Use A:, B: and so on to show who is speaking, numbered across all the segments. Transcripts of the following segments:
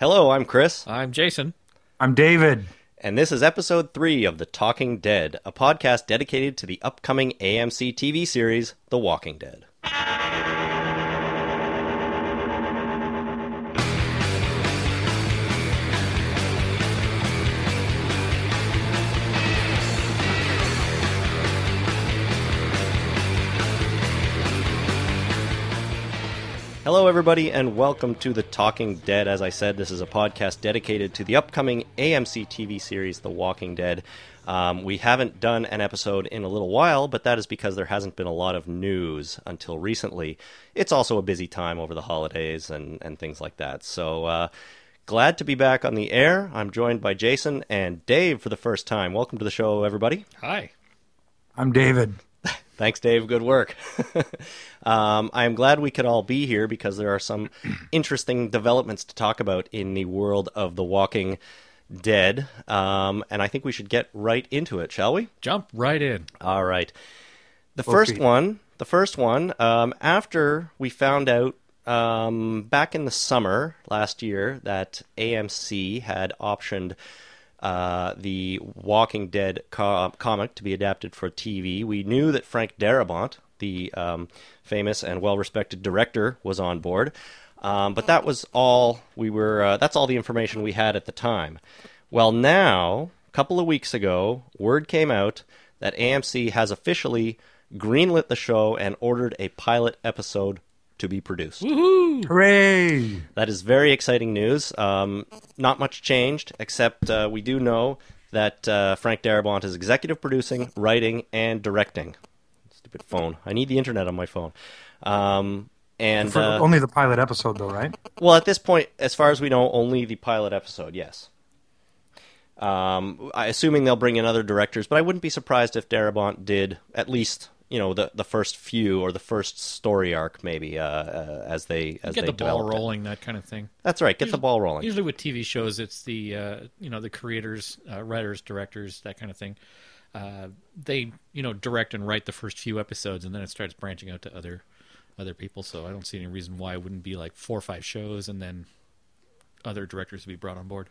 A: Hello, I'm Chris,
B: I'm Jason.
C: I'm David.
A: and this is episode 3 of The Talking Dead, a podcast dedicated to the upcoming AMC TV series, The Walking Dead. Hello, everybody, and welcome to The Talking Dead. As I said, this is a podcast dedicated to the upcoming AMC TV series, The Walking Dead. Um, we haven't done an episode in a little while, but that is because there hasn't been a lot of news until recently. It's also a busy time over the holidays and, and things like that. So, uh, glad to be back on the air. I'm joined by Jason and Dave for the first time. Welcome to the show, everybody.
B: Hi.
C: I'm David.
A: Thanks, Dave. Good work. um, I am glad we could all be here because there are some interesting developments to talk about in the world of The Walking Dead. Um, and I think we should get right into it, shall we?
B: Jump right in.
A: All right. The first
C: feet.
A: one, the first one, um, after we found out um, back in the summer last year that AMC had optioned uh, the Walking Dead co- comic to be adapted for TV, we knew that Frank Darabont, the um, famous and well-respected director, was on board. Um, but that was all we were. Uh, that's all the information we had at the time. Well, now, a couple of weeks ago, word came out that AMC has officially greenlit the show and ordered a pilot episode to be produced.
C: Hooray!
A: That is very exciting news. Um, not much changed, except uh, we do know that uh, Frank Darabont is executive producing, writing, and directing. Stupid phone. I need the internet on my phone. Um, and
C: For
A: uh,
C: only the pilot episode, though, right?
A: well, at this point, as far as we know, only the pilot episode. Yes. Um, I assuming they'll bring in other directors, but I wouldn't be surprised if Darabont did at least you know the the first few or the first story arc maybe uh, uh, as they as
B: Get
A: they
B: the ball
A: develop it.
B: rolling, that kind of thing.
A: That's right. Get the ball rolling.
B: Usually with TV shows, it's the uh, you know the creators, uh, writers, directors, that kind of thing. Uh, they you know direct and write the first few episodes, and then it starts branching out to other other people. So I don't see any reason why it wouldn't be like four or five shows, and then other directors would be brought on board.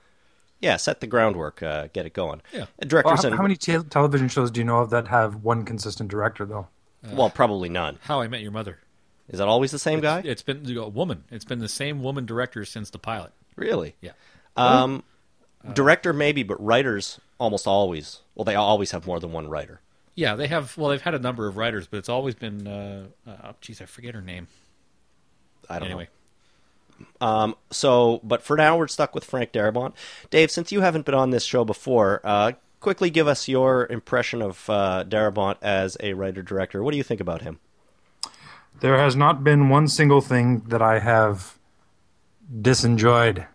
A: Yeah, set the groundwork. Uh, get it going.
B: Yeah.
A: Uh, Directors
C: Well, how,
A: and
C: how many te- television shows do you know of that have one consistent director, though?
A: well, probably none.
B: How I Met Your Mother.
A: Is that always the same guy?
B: It's been a woman. It's been the same woman director since the pilot.
A: Really?
B: Yeah.
A: Um,
B: Uh,
A: director maybe, but writers almost always. Well, they always have more than one writer.
B: Yeah, they have. Well, they've had a number of writers, but it's always been. Uh, uh, geez, I forget her name.
A: I don't know.
B: Anyway,
A: So, but for now, we're stuck with Frank Darabont. Dave, since you haven't been on this show before, uh, quickly give us your impression of uh, Darabont as a writer director. What do you think about him?
C: There has not been one single thing that I have disenjoyed.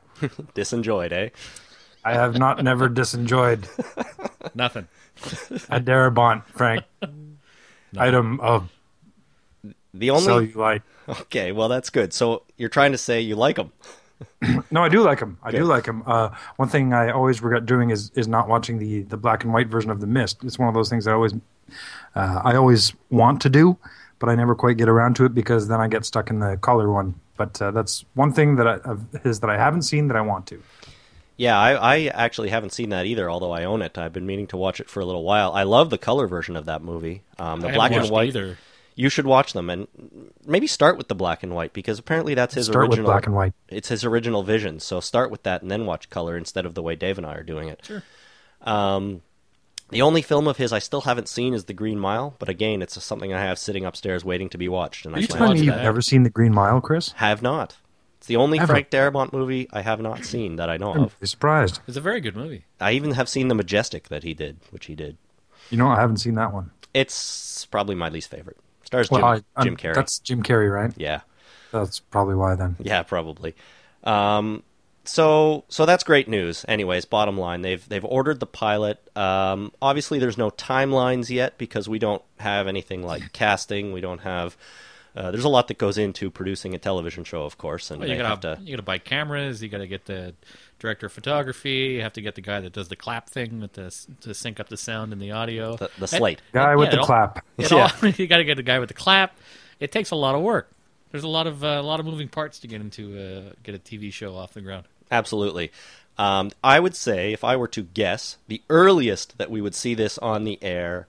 A: Disenjoyed, eh?
C: I have not never disenjoyed
B: nothing.
C: a Darabont Frank item of
A: The only
C: cellulite.
A: okay. Well, that's good. So you're trying to say you like him.
C: No, I do like him. I do
A: Good.
C: like him. Uh, one thing I always regret doing is is not watching the the black and white version of The Mist. It's one of those things that I always uh, I always want to do, but I never quite get around to it because then I get stuck in the color one. But uh, that's one thing that I, of his that I haven't seen that I want to.
A: Yeah, I, I actually haven't seen that either. Although I own it, I've been meaning to watch it for a little while. I love the color version of that movie. Um, the
B: I haven't
A: black and
B: watched
A: white.
B: either.
A: You should watch them and maybe start with the black and white because apparently that's his
C: Start with
A: original.
C: black and white.
A: It's his original vision. So start with that and then watch color instead of the way Dave and I are doing it. Sure. Um, the only film of his I still haven't seen is The Green Mile, but again, it's something I have sitting upstairs waiting to be watched, and
B: Are
A: I
B: you
A: plan
B: telling
A: to
B: me you-
C: You've
A: do that.
C: never seen The Green Mile, Chris?
A: have not. It's the only
C: Ever.
A: Frank Darabont movie I have not seen that I know
C: I'm
A: of.
C: really surprised.
B: It's a very good movie.
A: I even have seen the Majestic that he did, which he did.
C: You know, I haven't seen that one.
A: It's probably my least favorite. Stars
C: Well,
A: Jim,
C: I- I'm-
A: Jim Carrey.
C: That's Jim Carrey, right?
A: Yeah,
C: That's probably why. Then
A: yeah, probably. Um, so, so that's great news. Anyways, bottom line, they've they've ordered the pilot. Um, obviously, there's no timelines yet because we don't have anything like casting. We don't have. Uh, there's a lot that goes into producing a television show, of course, and
B: Well,
A: they
B: you gotta
A: have to.
B: you gotta buy cameras. You gotta get the director of photography. You have to get the guy that does the clap thing with the to sync up the sound and the audio.
A: The- the
B: And-
A: slate.
C: guy
B: and-
C: with
B: yeah,
C: the
B: it all-
C: clap.
B: it
A: Yeah.
B: all- you gotta get the guy with the clap. It takes a lot of work. There's a lot of uh, a lot of moving parts to get into uh, get a TV show off the ground.
A: Absolutely. Um, I would say, if I were to guess, the earliest that we would see this on the air,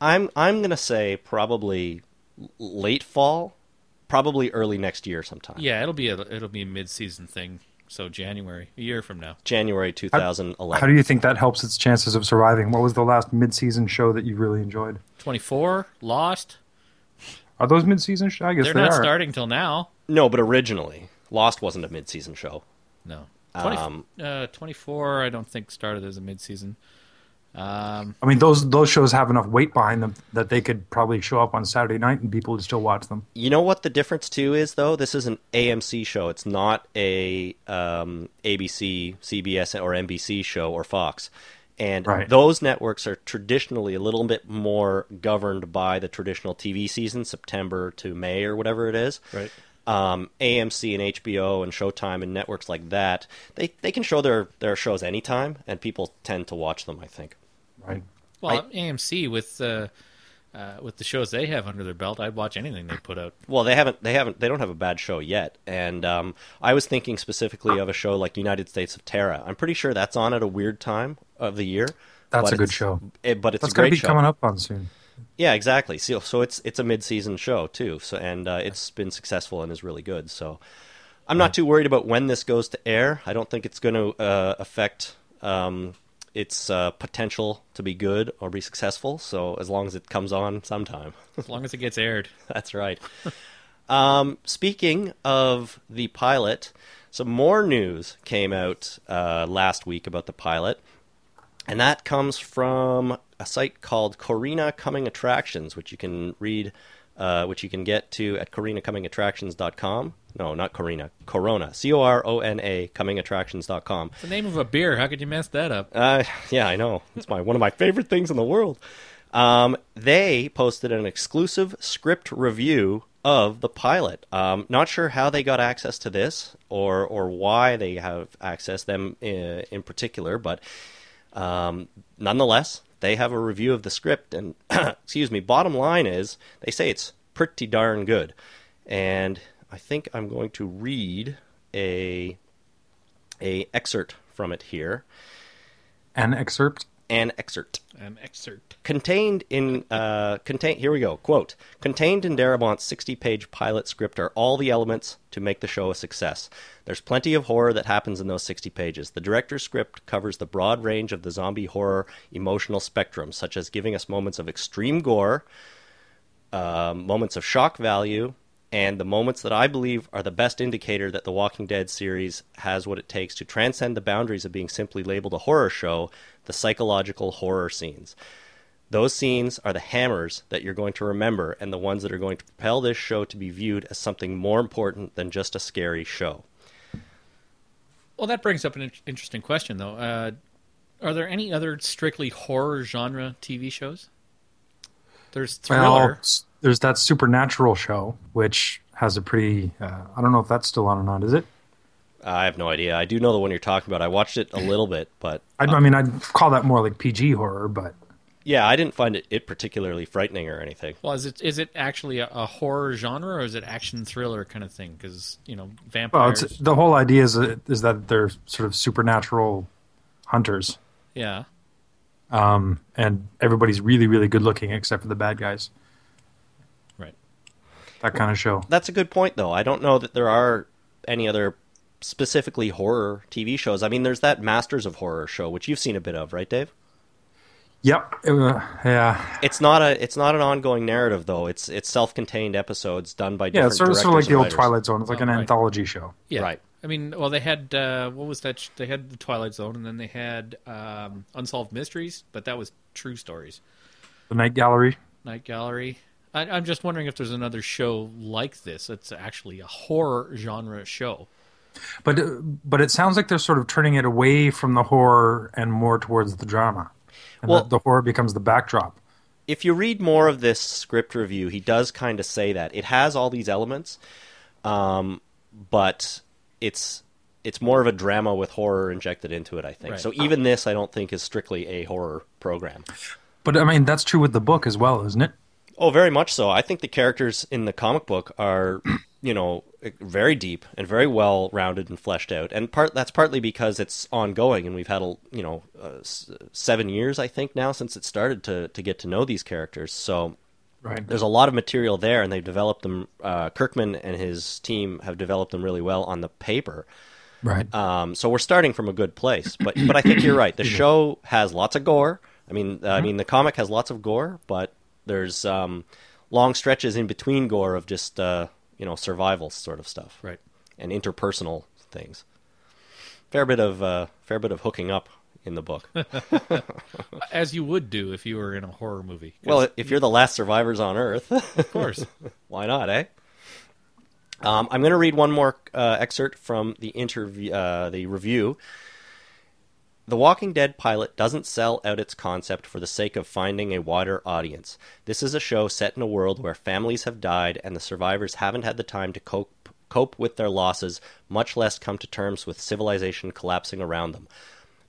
A: I'm I'm going to say probably l- late fall, probably early next year sometime.
B: Yeah, it'll be a it'll be a mid season thing. So January, a year from now.
A: January 2011.
C: How do you think that helps its chances of surviving? What was the last mid-season show that you really enjoyed?
B: Twenty four, lost.
C: Are those mid-season shows? I guess
B: They're
C: they
B: not
C: are.
B: starting till now.
A: no, but originally, Lost wasn't a mid-season show.
B: No. 20,
A: Um,
B: uh, 24, I don't think started as a midseason. Um,
C: I mean, those those shows have enough weight behind them that they could probably show up on Saturday night and people would still watch them.
A: You know what the difference too is though. This is an AMC show. It's not a um, ABC, CBS, or NBC show or Fox. And
C: Right.
A: those networks are traditionally a little bit more governed by the traditional TV season, September to May or whatever it is.
B: Right.
A: Um, AMC and HBO and Showtime and networks like that, they they can show their their shows anytime, and people tend to watch them. I think.
C: Right.
B: well, AMC with uh, uh, with the shows they have under their belt, I'd watch anything they put out.
A: Well, they haven't. They haven't. They don't have a bad show yet. And um, I was thinking specifically of a show like United States of Terra. I'm pretty sure that's on at a weird time of the year.
C: That's
A: but
C: a good
A: it's-
C: show.
A: It, but it's a
C: That's going
A: great
C: to be
A: show.
C: coming up on soon.
A: Yeah, exactly. So, so it's it's a mid-season show too. So and uh, it's been successful and is really good. So I'm not too worried about when this goes to air. I don't think it's going to uh, affect um, its uh, potential to be good or be successful. So as long as it comes on sometime.
B: As long as it gets aired.
A: That's right. um, speaking of the pilot, some more news came out uh, last week about the pilot, and that comes from a site called Corina Coming Attractions, which you can read, uh, which you can get to at corinacoming.attractions.com. No, not Corina, Corona, C O R O N A, comingattractions.com.
B: The name of a beer, how could you mess that up?
A: Uh, yeah, I know. It's my one of my favorite things in the world. Um, they posted an exclusive script review of the pilot. Um, not sure how they got access to this or or why they have access them in, in particular, but um, nonetheless, they have a review of the script. And excuse me, bottom line is they say it's pretty darn good. And I think I'm going to read a a excerpt from it here
C: An excerpt.
A: an excerpt
B: An excerpt.
A: contained in uh, contain here we go quote contained in darabont's 60-page pilot script are all the elements to make the show a success there's plenty of horror that happens in those 60 pages the director's script covers the broad range of the zombie horror emotional spectrum such as giving us moments of extreme gore um, moments of shock value and the moments that I believe are the best indicator that the Walking Dead series has what it takes to transcend the boundaries of being simply labeled a horror show, the psychological horror scenes. Those scenes are the hammers that you're going to remember and the ones that are going to propel this show to be viewed as something more important than just a scary show.
B: Well, that brings up an in- interesting question, though. Uh, are there any other strictly horror genre TV shows? There's
C: Well,
B: Thriller.
C: s- there's that supernatural show which has a pretty. Uh, I don't know if that's still on or not. Is it?
A: I have no idea. I do know the one you're talking about. I watched it a little bit, but
C: I, I mean, I'd call that more like PG horror, but
A: yeah, I didn't find it, it particularly frightening or anything.
B: Well, is it is it actually a, a horror genre or is it action thriller kind of thing? Because you know
C: well,
B: vampires.
C: it's, the whole idea is uh, is that they're sort of supernatural hunters,
B: yeah,
C: and everybody's really, really good looking except for the bad guys.
B: right.
C: That kind of show.
A: That's a good point, though. I don't know that there are any other specifically horror TV shows. I mean, there's that Masters of Horror show, which you've seen a bit of, right, Dave?
C: Yep. It wa- yeah.
A: It's not a it's not an ongoing narrative though. It's it's self contained episodes done by
C: Yeah,
A: different
C: it's sort of, sort of like
A: directors
C: the
A: and
C: old
A: writers.
C: Twilight Zone. It's like
B: Oh,
C: an
B: right.
C: anthology show.
B: Yeah.
A: Right.
B: I mean, well, they had uh, what was that? Sh- they had the Twilight Zone, and then they had um, Unsolved Mysteries, but that was true stories.
C: The Night Gallery.
B: Night Gallery. I, I'm just wondering if there's another show like this that's actually a horror genre show.
C: But uh, but it sounds like they're sort of turning it away from the horror and more towards the drama. And
A: Well-
C: the, the horror becomes the backdrop.
A: if you read more of this script review, he does kind of say that it has all these elements, um, but it's it's more of a drama with horror injected into it. I think
B: Right.
A: so. Even this, I don't think, is strictly a horror program.
C: But I mean, that's true with the book as well, isn't it?
A: Oh, very much so. I think the characters in the comic book are you know very deep and very well rounded and fleshed out and part that's partly because it's ongoing and we've had a you know uh, s- 7 years I think now since it started to to get to know these characters so
C: Right.
A: there's a lot of material there, and they've developed them. Uh, Kirkman and his team have developed them really well on the paper.
C: Right.
A: Um, so we're starting from a good place, but but I think you're right. The show has lots of gore. I mean, uh, I mean, the comic has lots of gore, but there's um, long stretches in between gore of just uh, you know survival sort of stuff,
B: Right.
A: and interpersonal things. Fair bit of uh, fair bit of hooking up in the book.
B: As you would do if you were in a horror movie. 'Cause,
A: well, if you're the last survivors on Earth.
B: of course.
A: Why not, eh? Um, I'm going to read one more uh, excerpt from the interview, uh, the review. The Walking Dead pilot doesn't sell out its concept for the sake of finding a wider audience. This is a show set in a world where families have died and the survivors haven't had the time to cope cope with their losses, much less come to terms with civilization collapsing around them.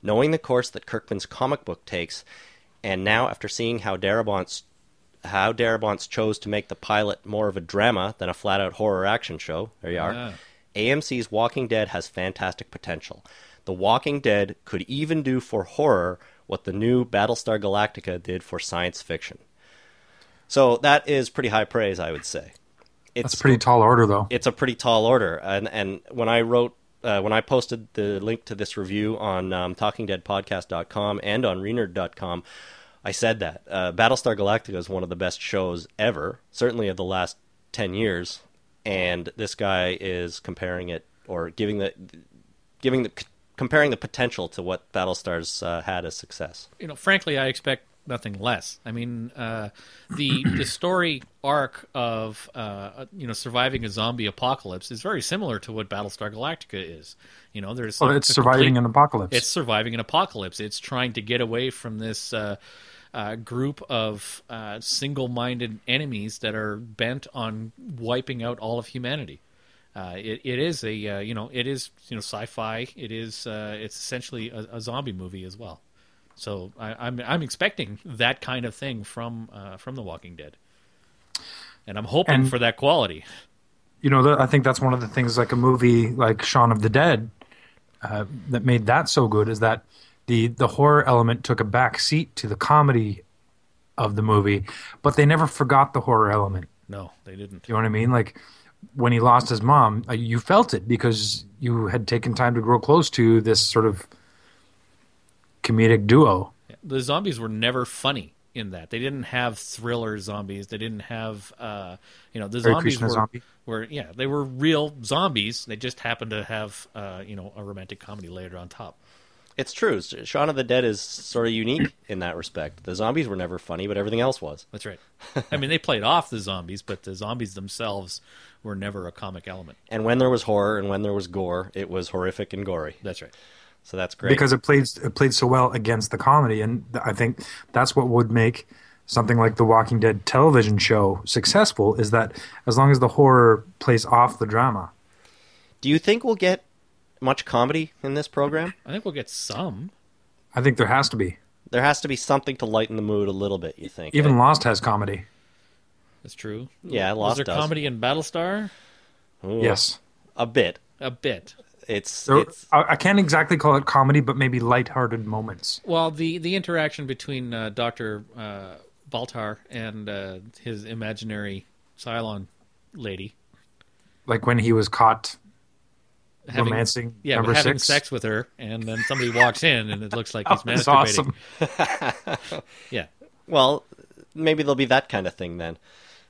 A: Knowing the course that Kirkman's comic book takes, and now after seeing how Darabont's how Darabont's chose to make the pilot more of a drama than a flat-out horror action show, there you are.
B: Ah.
A: AMC's Walking Dead has fantastic potential. The Walking Dead could even do for horror what the new Battlestar Galactica did for science fiction. So that is pretty high praise, I would say. It's
C: That's a pretty tall order, though.
A: it's a pretty tall order. And and when I wrote uh, when I posted the link to this review on um, talkingdeadpodcast.com and on renerd.com, I said that uh, Battlestar Galactica is one of the best shows ever, certainly of the last 10 years, and this guy is comparing it or giving the giving the comparing the potential to what Battlestar's uh, had as success.
B: you know, frankly, I expect nothing less. I mean, uh, the the story arc of uh, you know surviving a zombie apocalypse is very similar to what Battlestar Galactica is. You know, there's
C: Well,
B: like
C: it's
B: a
C: surviving
B: complete-
C: an apocalypse.
B: It's surviving an apocalypse. It's trying to get away from this. Uh, uh, group of uh, single-minded enemies that are bent on wiping out all of humanity. Uh, it, it is a uh, you know it is you know sci-fi. It is uh, it's essentially a, a zombie movie as well. So I, I'm I'm expecting that kind of thing from uh, from The Walking Dead, and I'm hoping
C: And-
B: for that quality.
C: you know, th- I think that's one of the things like a movie like Shaun of the Dead uh, that made that so good is that the the horror element took a back seat to the comedy of the movie, but they never forgot the horror element.
B: No, they didn't.
C: You know what I mean? Like when he lost his mom, uh, you felt it because you had taken time to grow close to this sort of comedic duo.
B: the zombies were never funny in that they didn't have thriller zombies they didn't have uh you know the
C: Hare
B: zombies
C: Krishna
B: were,
C: zombie.
B: were yeah they were real zombies they just happened to have uh you know a romantic comedy layered on top
A: It's true. Shaun of the Dead is sort of unique in that respect. The zombies were never funny, but everything else was.
B: that's right i mean they played off the zombies but the zombies themselves were never a comic element
A: And when there was horror and when there was gore, it was horrific and gory.
B: that's right
A: So that's great.
C: because it played it played so well against the comedy, and th- I think that's what would make something like the Walking Dead television show successful is that as long as the horror plays off the drama,
A: Do you think we'll get much comedy in this program?
B: i think we'll get some
C: I think there has to be.
A: There has to be something to lighten the mood a little bit, you think.
C: Even
A: eh?
C: Lost has comedy.
B: that's true
A: Yeah,
B: was
A: Lost
B: there
A: does.
B: comedy in battlestar
A: Ooh,
C: Yes,
A: A bit.
B: a bit
A: It's
C: There-
A: it's
C: I, I can't exactly call it comedy, but maybe lighthearted moments.
B: Well, the the interaction between uh, Doctor uh, Baltar and uh, his imaginary Cylon lady
C: Like when he was caught
B: having,
C: romancing
B: yeah,
C: number
B: but having
C: six.
B: sex with her, and then somebody walks in and it looks like he's masturbating.
C: That's awesome.
B: Yeah,
A: well, maybe there'll be that kind of thing then.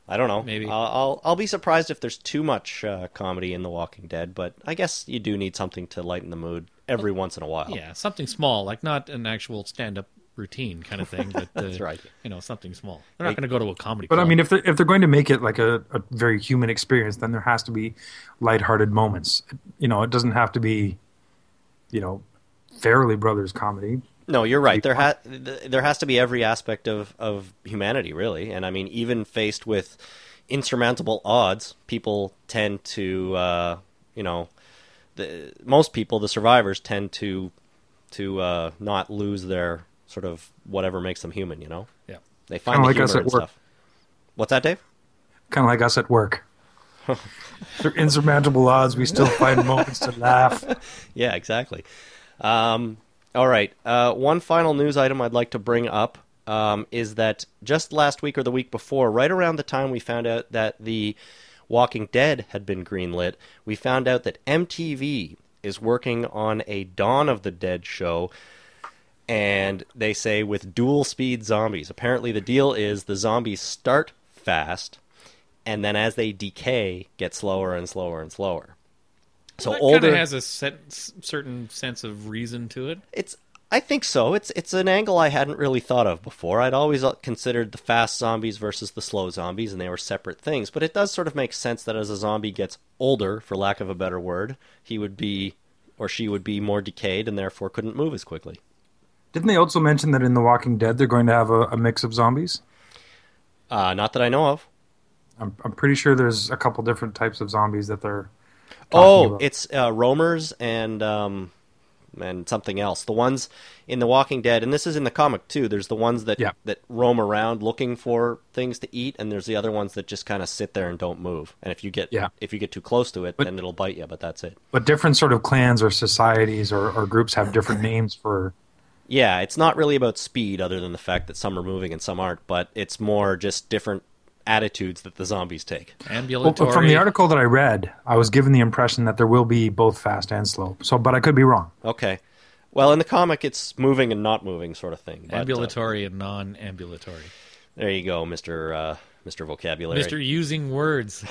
A: I don't know.
B: Maybe.
A: I'll I'll, I'll be surprised if there's too much uh, comedy in The Walking Dead, but I guess you do need something to lighten the mood every once in a while.
B: yeah, something small, like not an actual stand up routine kind of thing, but uh,
A: That's right.
B: You know, something small. They're not
A: Hey.
B: going to go to a comedy.
C: But I
B: club.
C: mean, if they're, if they're going to make it like a, a very human experience, then there has to be lighthearted moments. You know, it doesn't have to be, you know, Fairly Brothers comedy.
A: No, you're right. There ha- th- there has to be every aspect of, of humanity, really. And I mean, even faced with insurmountable odds, people tend to, uh, you know, the, most people, the survivors, tend to to uh, not lose their sort of whatever makes them human. You know,
B: yeah,
A: they find
C: Kinda
A: the humor
C: like us at
A: and
C: work.
A: stuff. What's that, Dave?
C: Kind of like us at work. through insurmountable odds, we still find moments to laugh.
A: yeah, exactly. Um, all right. Uh, one final news item I'd like to bring up um, is that just last week or the week before, right around the time we found out that the Walking Dead had been greenlit, we found out that MTV is working on a Dawn of the Dead show. And they say with dual speed zombies. Apparently, the deal is the zombies start fast, and then as they decay, get slower and slower and slower. So
B: that
A: older
B: kinda has a set, s- certain sense of reason to it.
A: it's I think so. It's it's an angle I hadn't really thought of before. I'd always uh, considered the fast zombies versus the slow zombies and they were separate things, but it does sort of make sense that as a zombie gets older, for lack of a better word, he would be or she would be more decayed and therefore couldn't move as quickly.
C: Didn't they also mention that in The Walking Dead they're going to have a, a mix of zombies?
A: Uh, not that I know of.
C: I'm, I'm pretty sure there's a couple different types of zombies that they're.
A: Oh,
C: about-
A: it's uh, roamers and um, and something else. The ones in The Walking Dead, and this is in the comic too. There's the ones that
C: Yeah.
A: that roam around looking for things to eat, and there's the other ones that just kind of sit there and don't move. And if you get
C: Yeah.
A: if you get too close to it, then it'll bite you. But that's it.
C: But different sort of clans or societies or, or groups have different names for.
A: Yeah, it's not really about speed, other than the fact that some are moving and some aren't. But it's more just different attitudes that the zombies take.
C: Well,
B: Ambulatory.
C: from the article that I read, I was given the impression that there will be both fast and slow. So, but I could be wrong.
A: Okay. Well, in the comic, it's moving and not moving sort of thing. But, uh,
B: ambulatory and non-ambulatory.
A: there you go, Mister uh, Mister Vocabulary.
B: Mister using words.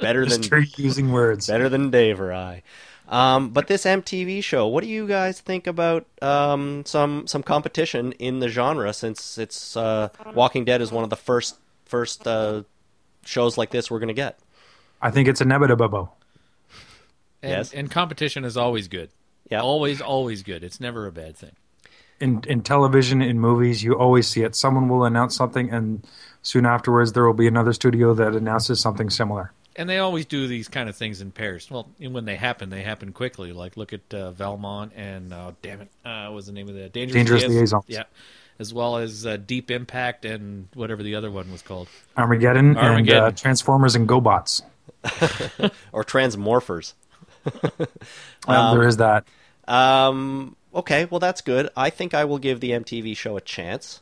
A: Better than
C: Just using words.
A: better than Dave or I. Um, but this MTV show, what do you guys think about um, some some competition in the genre? Since it's uh, Walking Dead is one of the first first uh, shows like this we're going to get.
C: I think it's inevitable.
B: And,
A: Yes.
B: and competition is always good.
A: Yeah.
B: Always, always good. It's never a bad thing.
C: in in television, in movies, you always see it. Someone will announce something, and soon afterwards, there will be another studio that announces something similar.
B: And they always do these kind of things in pairs. Well, and when they happen, they happen quickly. Like look at uh, Valmont and oh, damn it, uh, what was the name of that? Dangerous,
C: Dangerous
B: Liais-
C: Liaisons.
B: Yeah, as well as uh, Deep Impact and whatever the other one was called.
C: Armageddon,
B: Armageddon.
C: and uh, Transformers and GoBots.
A: Um, Or Transmorphers.
C: Well, there is that.
A: Um, okay, well that's good. I think I will give the MTV show a chance.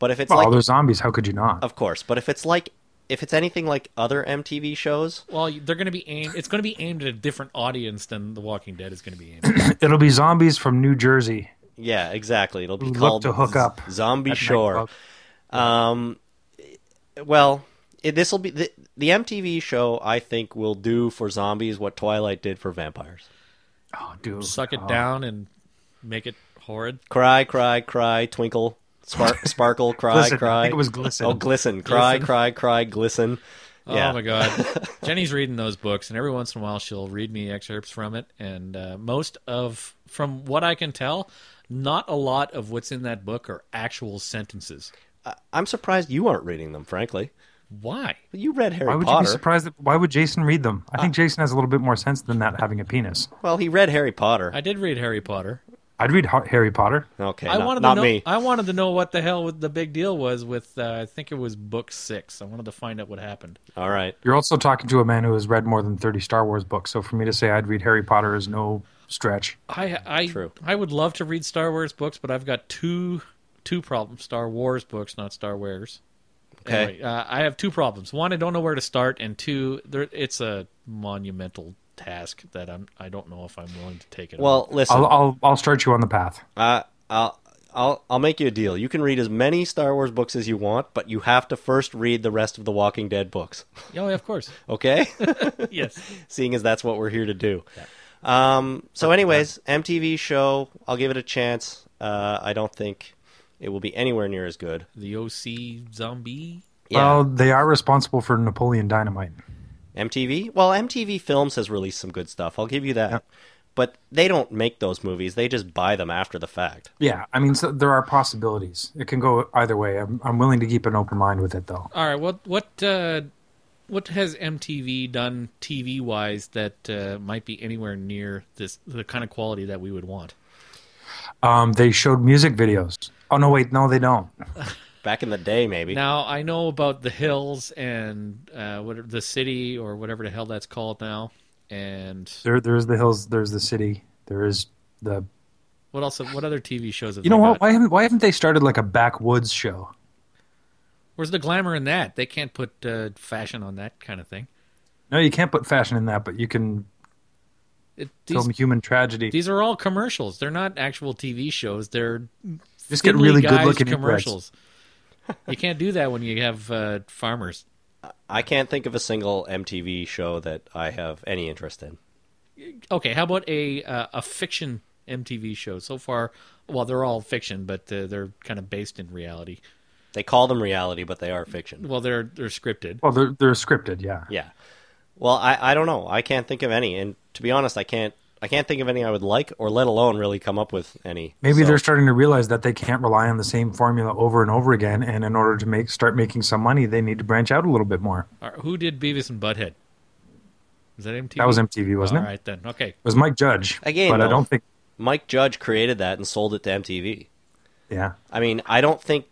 A: But if it's
C: Well,
A: like,
C: there's zombies. How could you not?
A: of course. But if it's like, if it's anything like other MTV shows,
B: Well, they're going to be aimed. It's going to be aimed at a different audience than The Walking Dead is going to be aimed. at.
C: It'll be zombies from New Jersey.
A: yeah, exactly. It'll be
C: Look
A: called
C: to hook up
A: Z- Zombie
C: at
A: Shore.
C: nightclub.
A: Um, well, this will be the, the MTV show. I think will do for zombies what Twilight did for vampires.
C: Oh, dude.
B: Suck it
C: Oh.
B: down and make it horrid.
A: Cry, cry, cry, twinkle, spark, sparkle, cry,
C: Glisten.
A: cry.
C: I think it was glisten.
A: Oh, glisten, cry,
B: Glisten.
A: cry, cry, glisten. Yeah.
B: Oh my God, Jenny's reading those books, and every once in a while she'll read me excerpts from it. And uh, most of, from what I can tell, not a lot of what's in that book are actual sentences.
A: I'm surprised you aren't reading them. Frankly,
B: Why?
A: you read Harry
C: Why would you be
A: Potter. Ah.
C: surprised? That, why would Jason read them? I think Jason has a little bit more sense than that having a penis.
A: well, he read Harry Potter.
B: I did read Harry Potter.
C: I'd read Ha- Harry Potter.
A: okay,
B: I
A: not,
B: wanted
A: not
B: to know.
A: me.
B: I wanted to know what the hell with the big deal was with. Uh, I think it was book six. I wanted to find out what happened.
A: All right.
C: You're also talking to a man who has read more than 30 Star Wars books. So for me to say I'd read Harry Potter is no stretch.
B: I I
A: True.
B: I would love to read Star Wars books, but I've got two two problems. Star Wars books, not Star Wares.
A: Okay.
B: Anyway, uh, I have two problems. One, I don't know where to start, and two, there, it's a monumental task that I'm I don't know if I'm willing to take it. on.
A: Well, listen.
C: I'll, I'll, I'll start you on the path.
A: Uh, I'll, I'll, I'll make you a deal. You can read as many Star Wars books as you want, but you have to first read the rest of the Walking Dead books.
B: yeah, of course,
A: Okay?
B: yes.
A: Seeing as that's what we're here to do. Um, so, anyways, MTV show. I'll give it a chance. Uh, I don't think it will be anywhere near as good.
B: The OC zombie.
A: Yeah.
C: Well, they are responsible for Napoleon Dynamite.
A: MTV? Well, MTV Films has released some good stuff. I'll give you that. But they don't make those movies, they just buy them after the fact.
C: Yeah, I mean, so there are possibilities. It can go either way. I'm, I'm willing to keep an open mind with it, though.
B: All right, what what uh, what has MTV done TV wise that uh, might be anywhere near this the kind of quality that we would want?
C: Um, they showed music videos. Oh no, wait, no, they don't.
A: Back in the day, maybe.
B: Now I know about the hills and uh, what the city or whatever the hell that's called now. And
C: There, there is the hills. There's the city. There is the.
B: what else? What other TV shows? Have
C: You know
B: they
C: what?
B: got?
C: Why haven't Why haven't they started like a backwoods show?
B: Where's the glamour in that? They can't put uh, fashion on that kind of thing.
C: No, you can't put fashion in that, but you can
B: It, these,
C: film human tragedy.
B: these are all commercials. They're not actual TV shows. They're
C: Just get
B: thinly
C: really
B: guised
C: good-looking
B: commercials. you can't do that when you have uh, farmers.
A: I can't think of a single MTV show that I have any interest in.
B: Okay, how about a uh, a fiction MTV show? So far, well, they're all fiction, but uh, they're kind of based in reality.
A: They call them reality, but they are fiction.
B: Well, they're they're scripted.
C: Well, they're they're scripted, yeah.
A: Yeah. Well, I, I don't know. I can't think of any, and to be honest, I can't I can't think of any I would like, or let alone really come up with any.
C: Maybe
A: So-
C: they're starting to realize that they can't rely on the same formula over and over again, and in order to make start making some money, they need to branch out a little bit more.
B: All right, who did Beavis and Butthead? Was that MTV?
C: That was MTV, wasn't
B: All
C: it?
B: right then. Okay.
C: It was Mike Judge
A: Again,
C: but I
A: no.
C: don't think.
A: Mike Judge created that and sold it to MTV.
C: Yeah,
A: I mean, I don't think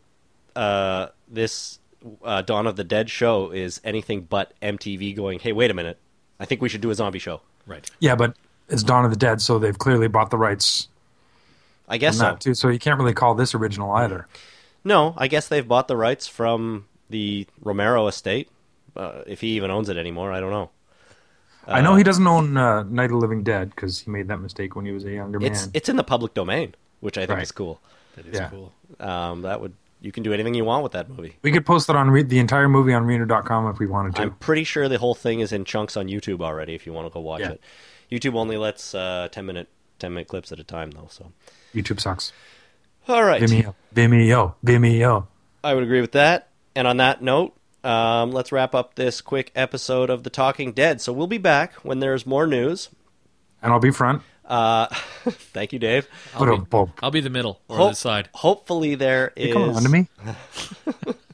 A: uh, this uh, Dawn of the Dead show is anything but MTV going. Hey, wait a minute. I think we should do a zombie show.
B: Right.
C: yeah, but it's Dawn of the Dead, so they've clearly bought the rights
A: I
C: on
A: guess so.
C: that too. So you can't really call this original either.
A: No, I guess they've bought the rights from the Romero estate, uh, if he even owns it anymore. I don't know.
C: I know he doesn't own uh, Night of the Living Dead because he made that mistake when he was a younger
A: It's
C: man.
A: it's in the public domain, which I think
C: Right.
A: is cool.
B: That is
C: Yeah.
B: cool.
A: Um, that would you can do anything you want with that movie.
C: we could post that on re- the entire movie on Reno.com if we wanted to.
A: I'm pretty sure the whole thing is in chunks on YouTube already. If you want to go watch
C: Yeah.
A: it, YouTube only lets uh, ten minute ten minute clips at a time though. So
C: YouTube sucks.
A: all right,
C: Vimeo, Vimeo, Vimeo.
A: I would agree with that. And on that note, um, let's wrap up this quick episode of The Talking Dead. So we'll be back when there's more news.
C: And I'll be front.
A: Uh, thank you, Dave.
B: I'll
C: Little
B: be,
C: bulb.
B: I'll be the middle or
A: Ho-
B: the side.
A: Hopefully, there is.
C: You coming on to me?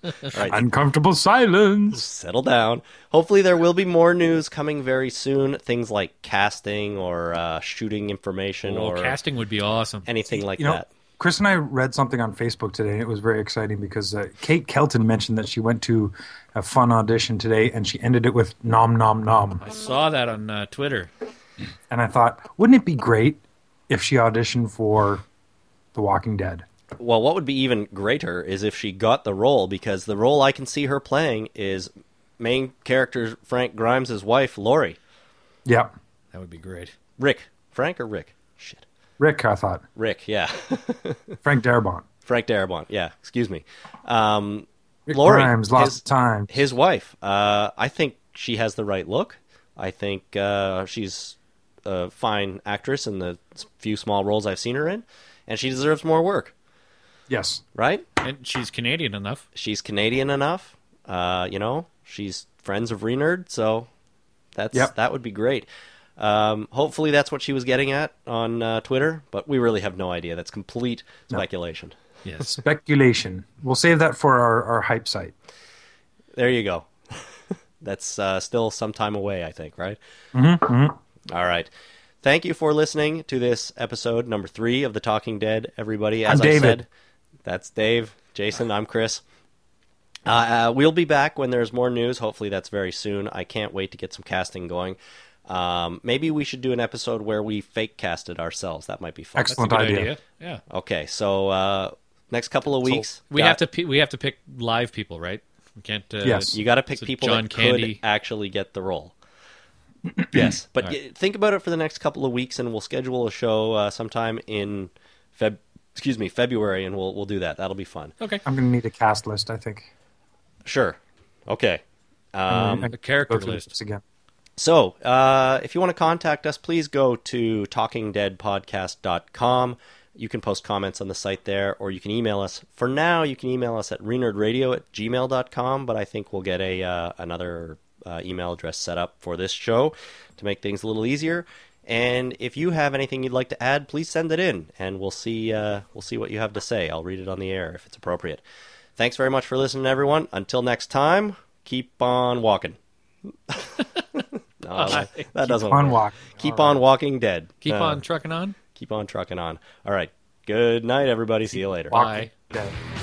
A: All right,
C: Uncomfortable silence.
A: settle down. Hopefully, there will be more news coming very soon. Things like casting or uh, shooting information
B: Oh,
A: or
B: casting would be awesome.
A: anything like
C: you know,
A: that.
C: Chris and I read something on Facebook today, and it was very exciting because uh, Kate Kelton mentioned that she went to a fun audition today, and she ended it with "nom nom nom."
B: I saw that on uh, Twitter.
C: And I thought, wouldn't it be great if she auditioned for The Walking Dead?
A: Well, what would be even greater is if she got the role because the role I can see her playing is main character Frank Grimes' wife, Lori.
C: Yep,
B: That would be great.
A: Rick. Frank or Rick? Shit.
C: Rick. I thought
A: Rick, yeah.
C: Frank Darabont,
A: Frank Darabont, yeah. Excuse me. Um,
C: Rick
A: Lori,
C: Grimes, lost
A: his,
C: time.
A: his wife. Uh, I think she has the right look. I think uh, she's a fine actress in the few small roles I've seen her in, and she deserves more work,
C: Yes,
A: right?
B: And she's Canadian enough.
A: she's Canadian enough. Uh, you know, she's friends of Renerd, so that's
C: Yep.
A: that would be great. Um, hopefully, that's what she was getting at on uh, Twitter, but we really have no idea. That's complete speculation.
B: Yes.
C: speculation. We'll save that for our, our hype site.
A: There you go. that's uh, still some time away, I think, right? Mm-hmm. right. Thank you for listening to this episode number three of The Talking Dead, everybody. As
C: I'm
A: I
C: David.
A: said, that's Dave, Jason, I'm Chris. Uh, uh, we'll be back when there's more news. Hopefully, that's very soon. I can't wait to get some casting going. Um, maybe we should do an episode where we fake casted ourselves. That might be fun.
C: Excellent.
B: Good
C: idea.
B: Yeah.
A: Okay, so uh, next couple of weeks,
B: We
A: got-
B: have to pi- we have to pick live people, right? We can't. Uh,
C: Yes.
A: You got to pick
B: So
A: people
B: John
A: that
B: Candy.
A: could actually get the role. yes, but
B: All right.
A: y- think about it for the next couple of weeks, and we'll schedule a show uh, sometime in Feb. Excuse me, February, and we'll we'll do that. That'll be fun.
B: Okay.
C: I'm going to need a cast list. I think.
A: Sure. Okay. Um,
C: I
B: a
C: can
B: character
C: go through
B: list.
C: this again.
A: So, uh, if you want to contact us, please go to talkingdeadpodcast.com. You can post comments on the site there, or you can email us. For now, you can email us at renerdradio at gmail.com, but I think we'll get a uh, another uh, email address set up for this show to make things a little easier. And if you have anything you'd like to add, please send it in, and we'll see uh, we'll see what you have to say. I'll read it on the air if it's appropriate. Thanks very much for listening, everyone. Until next time, keep on walking. No, that- that doesn't
C: On
A: work.
C: walk.
A: Keep on walking dead. Uh,
B: Keep
A: No,
B: on trucking on.
A: Keep on trucking on. All right. Good night, everybody. See you later.
B: Bye.
C: Dead.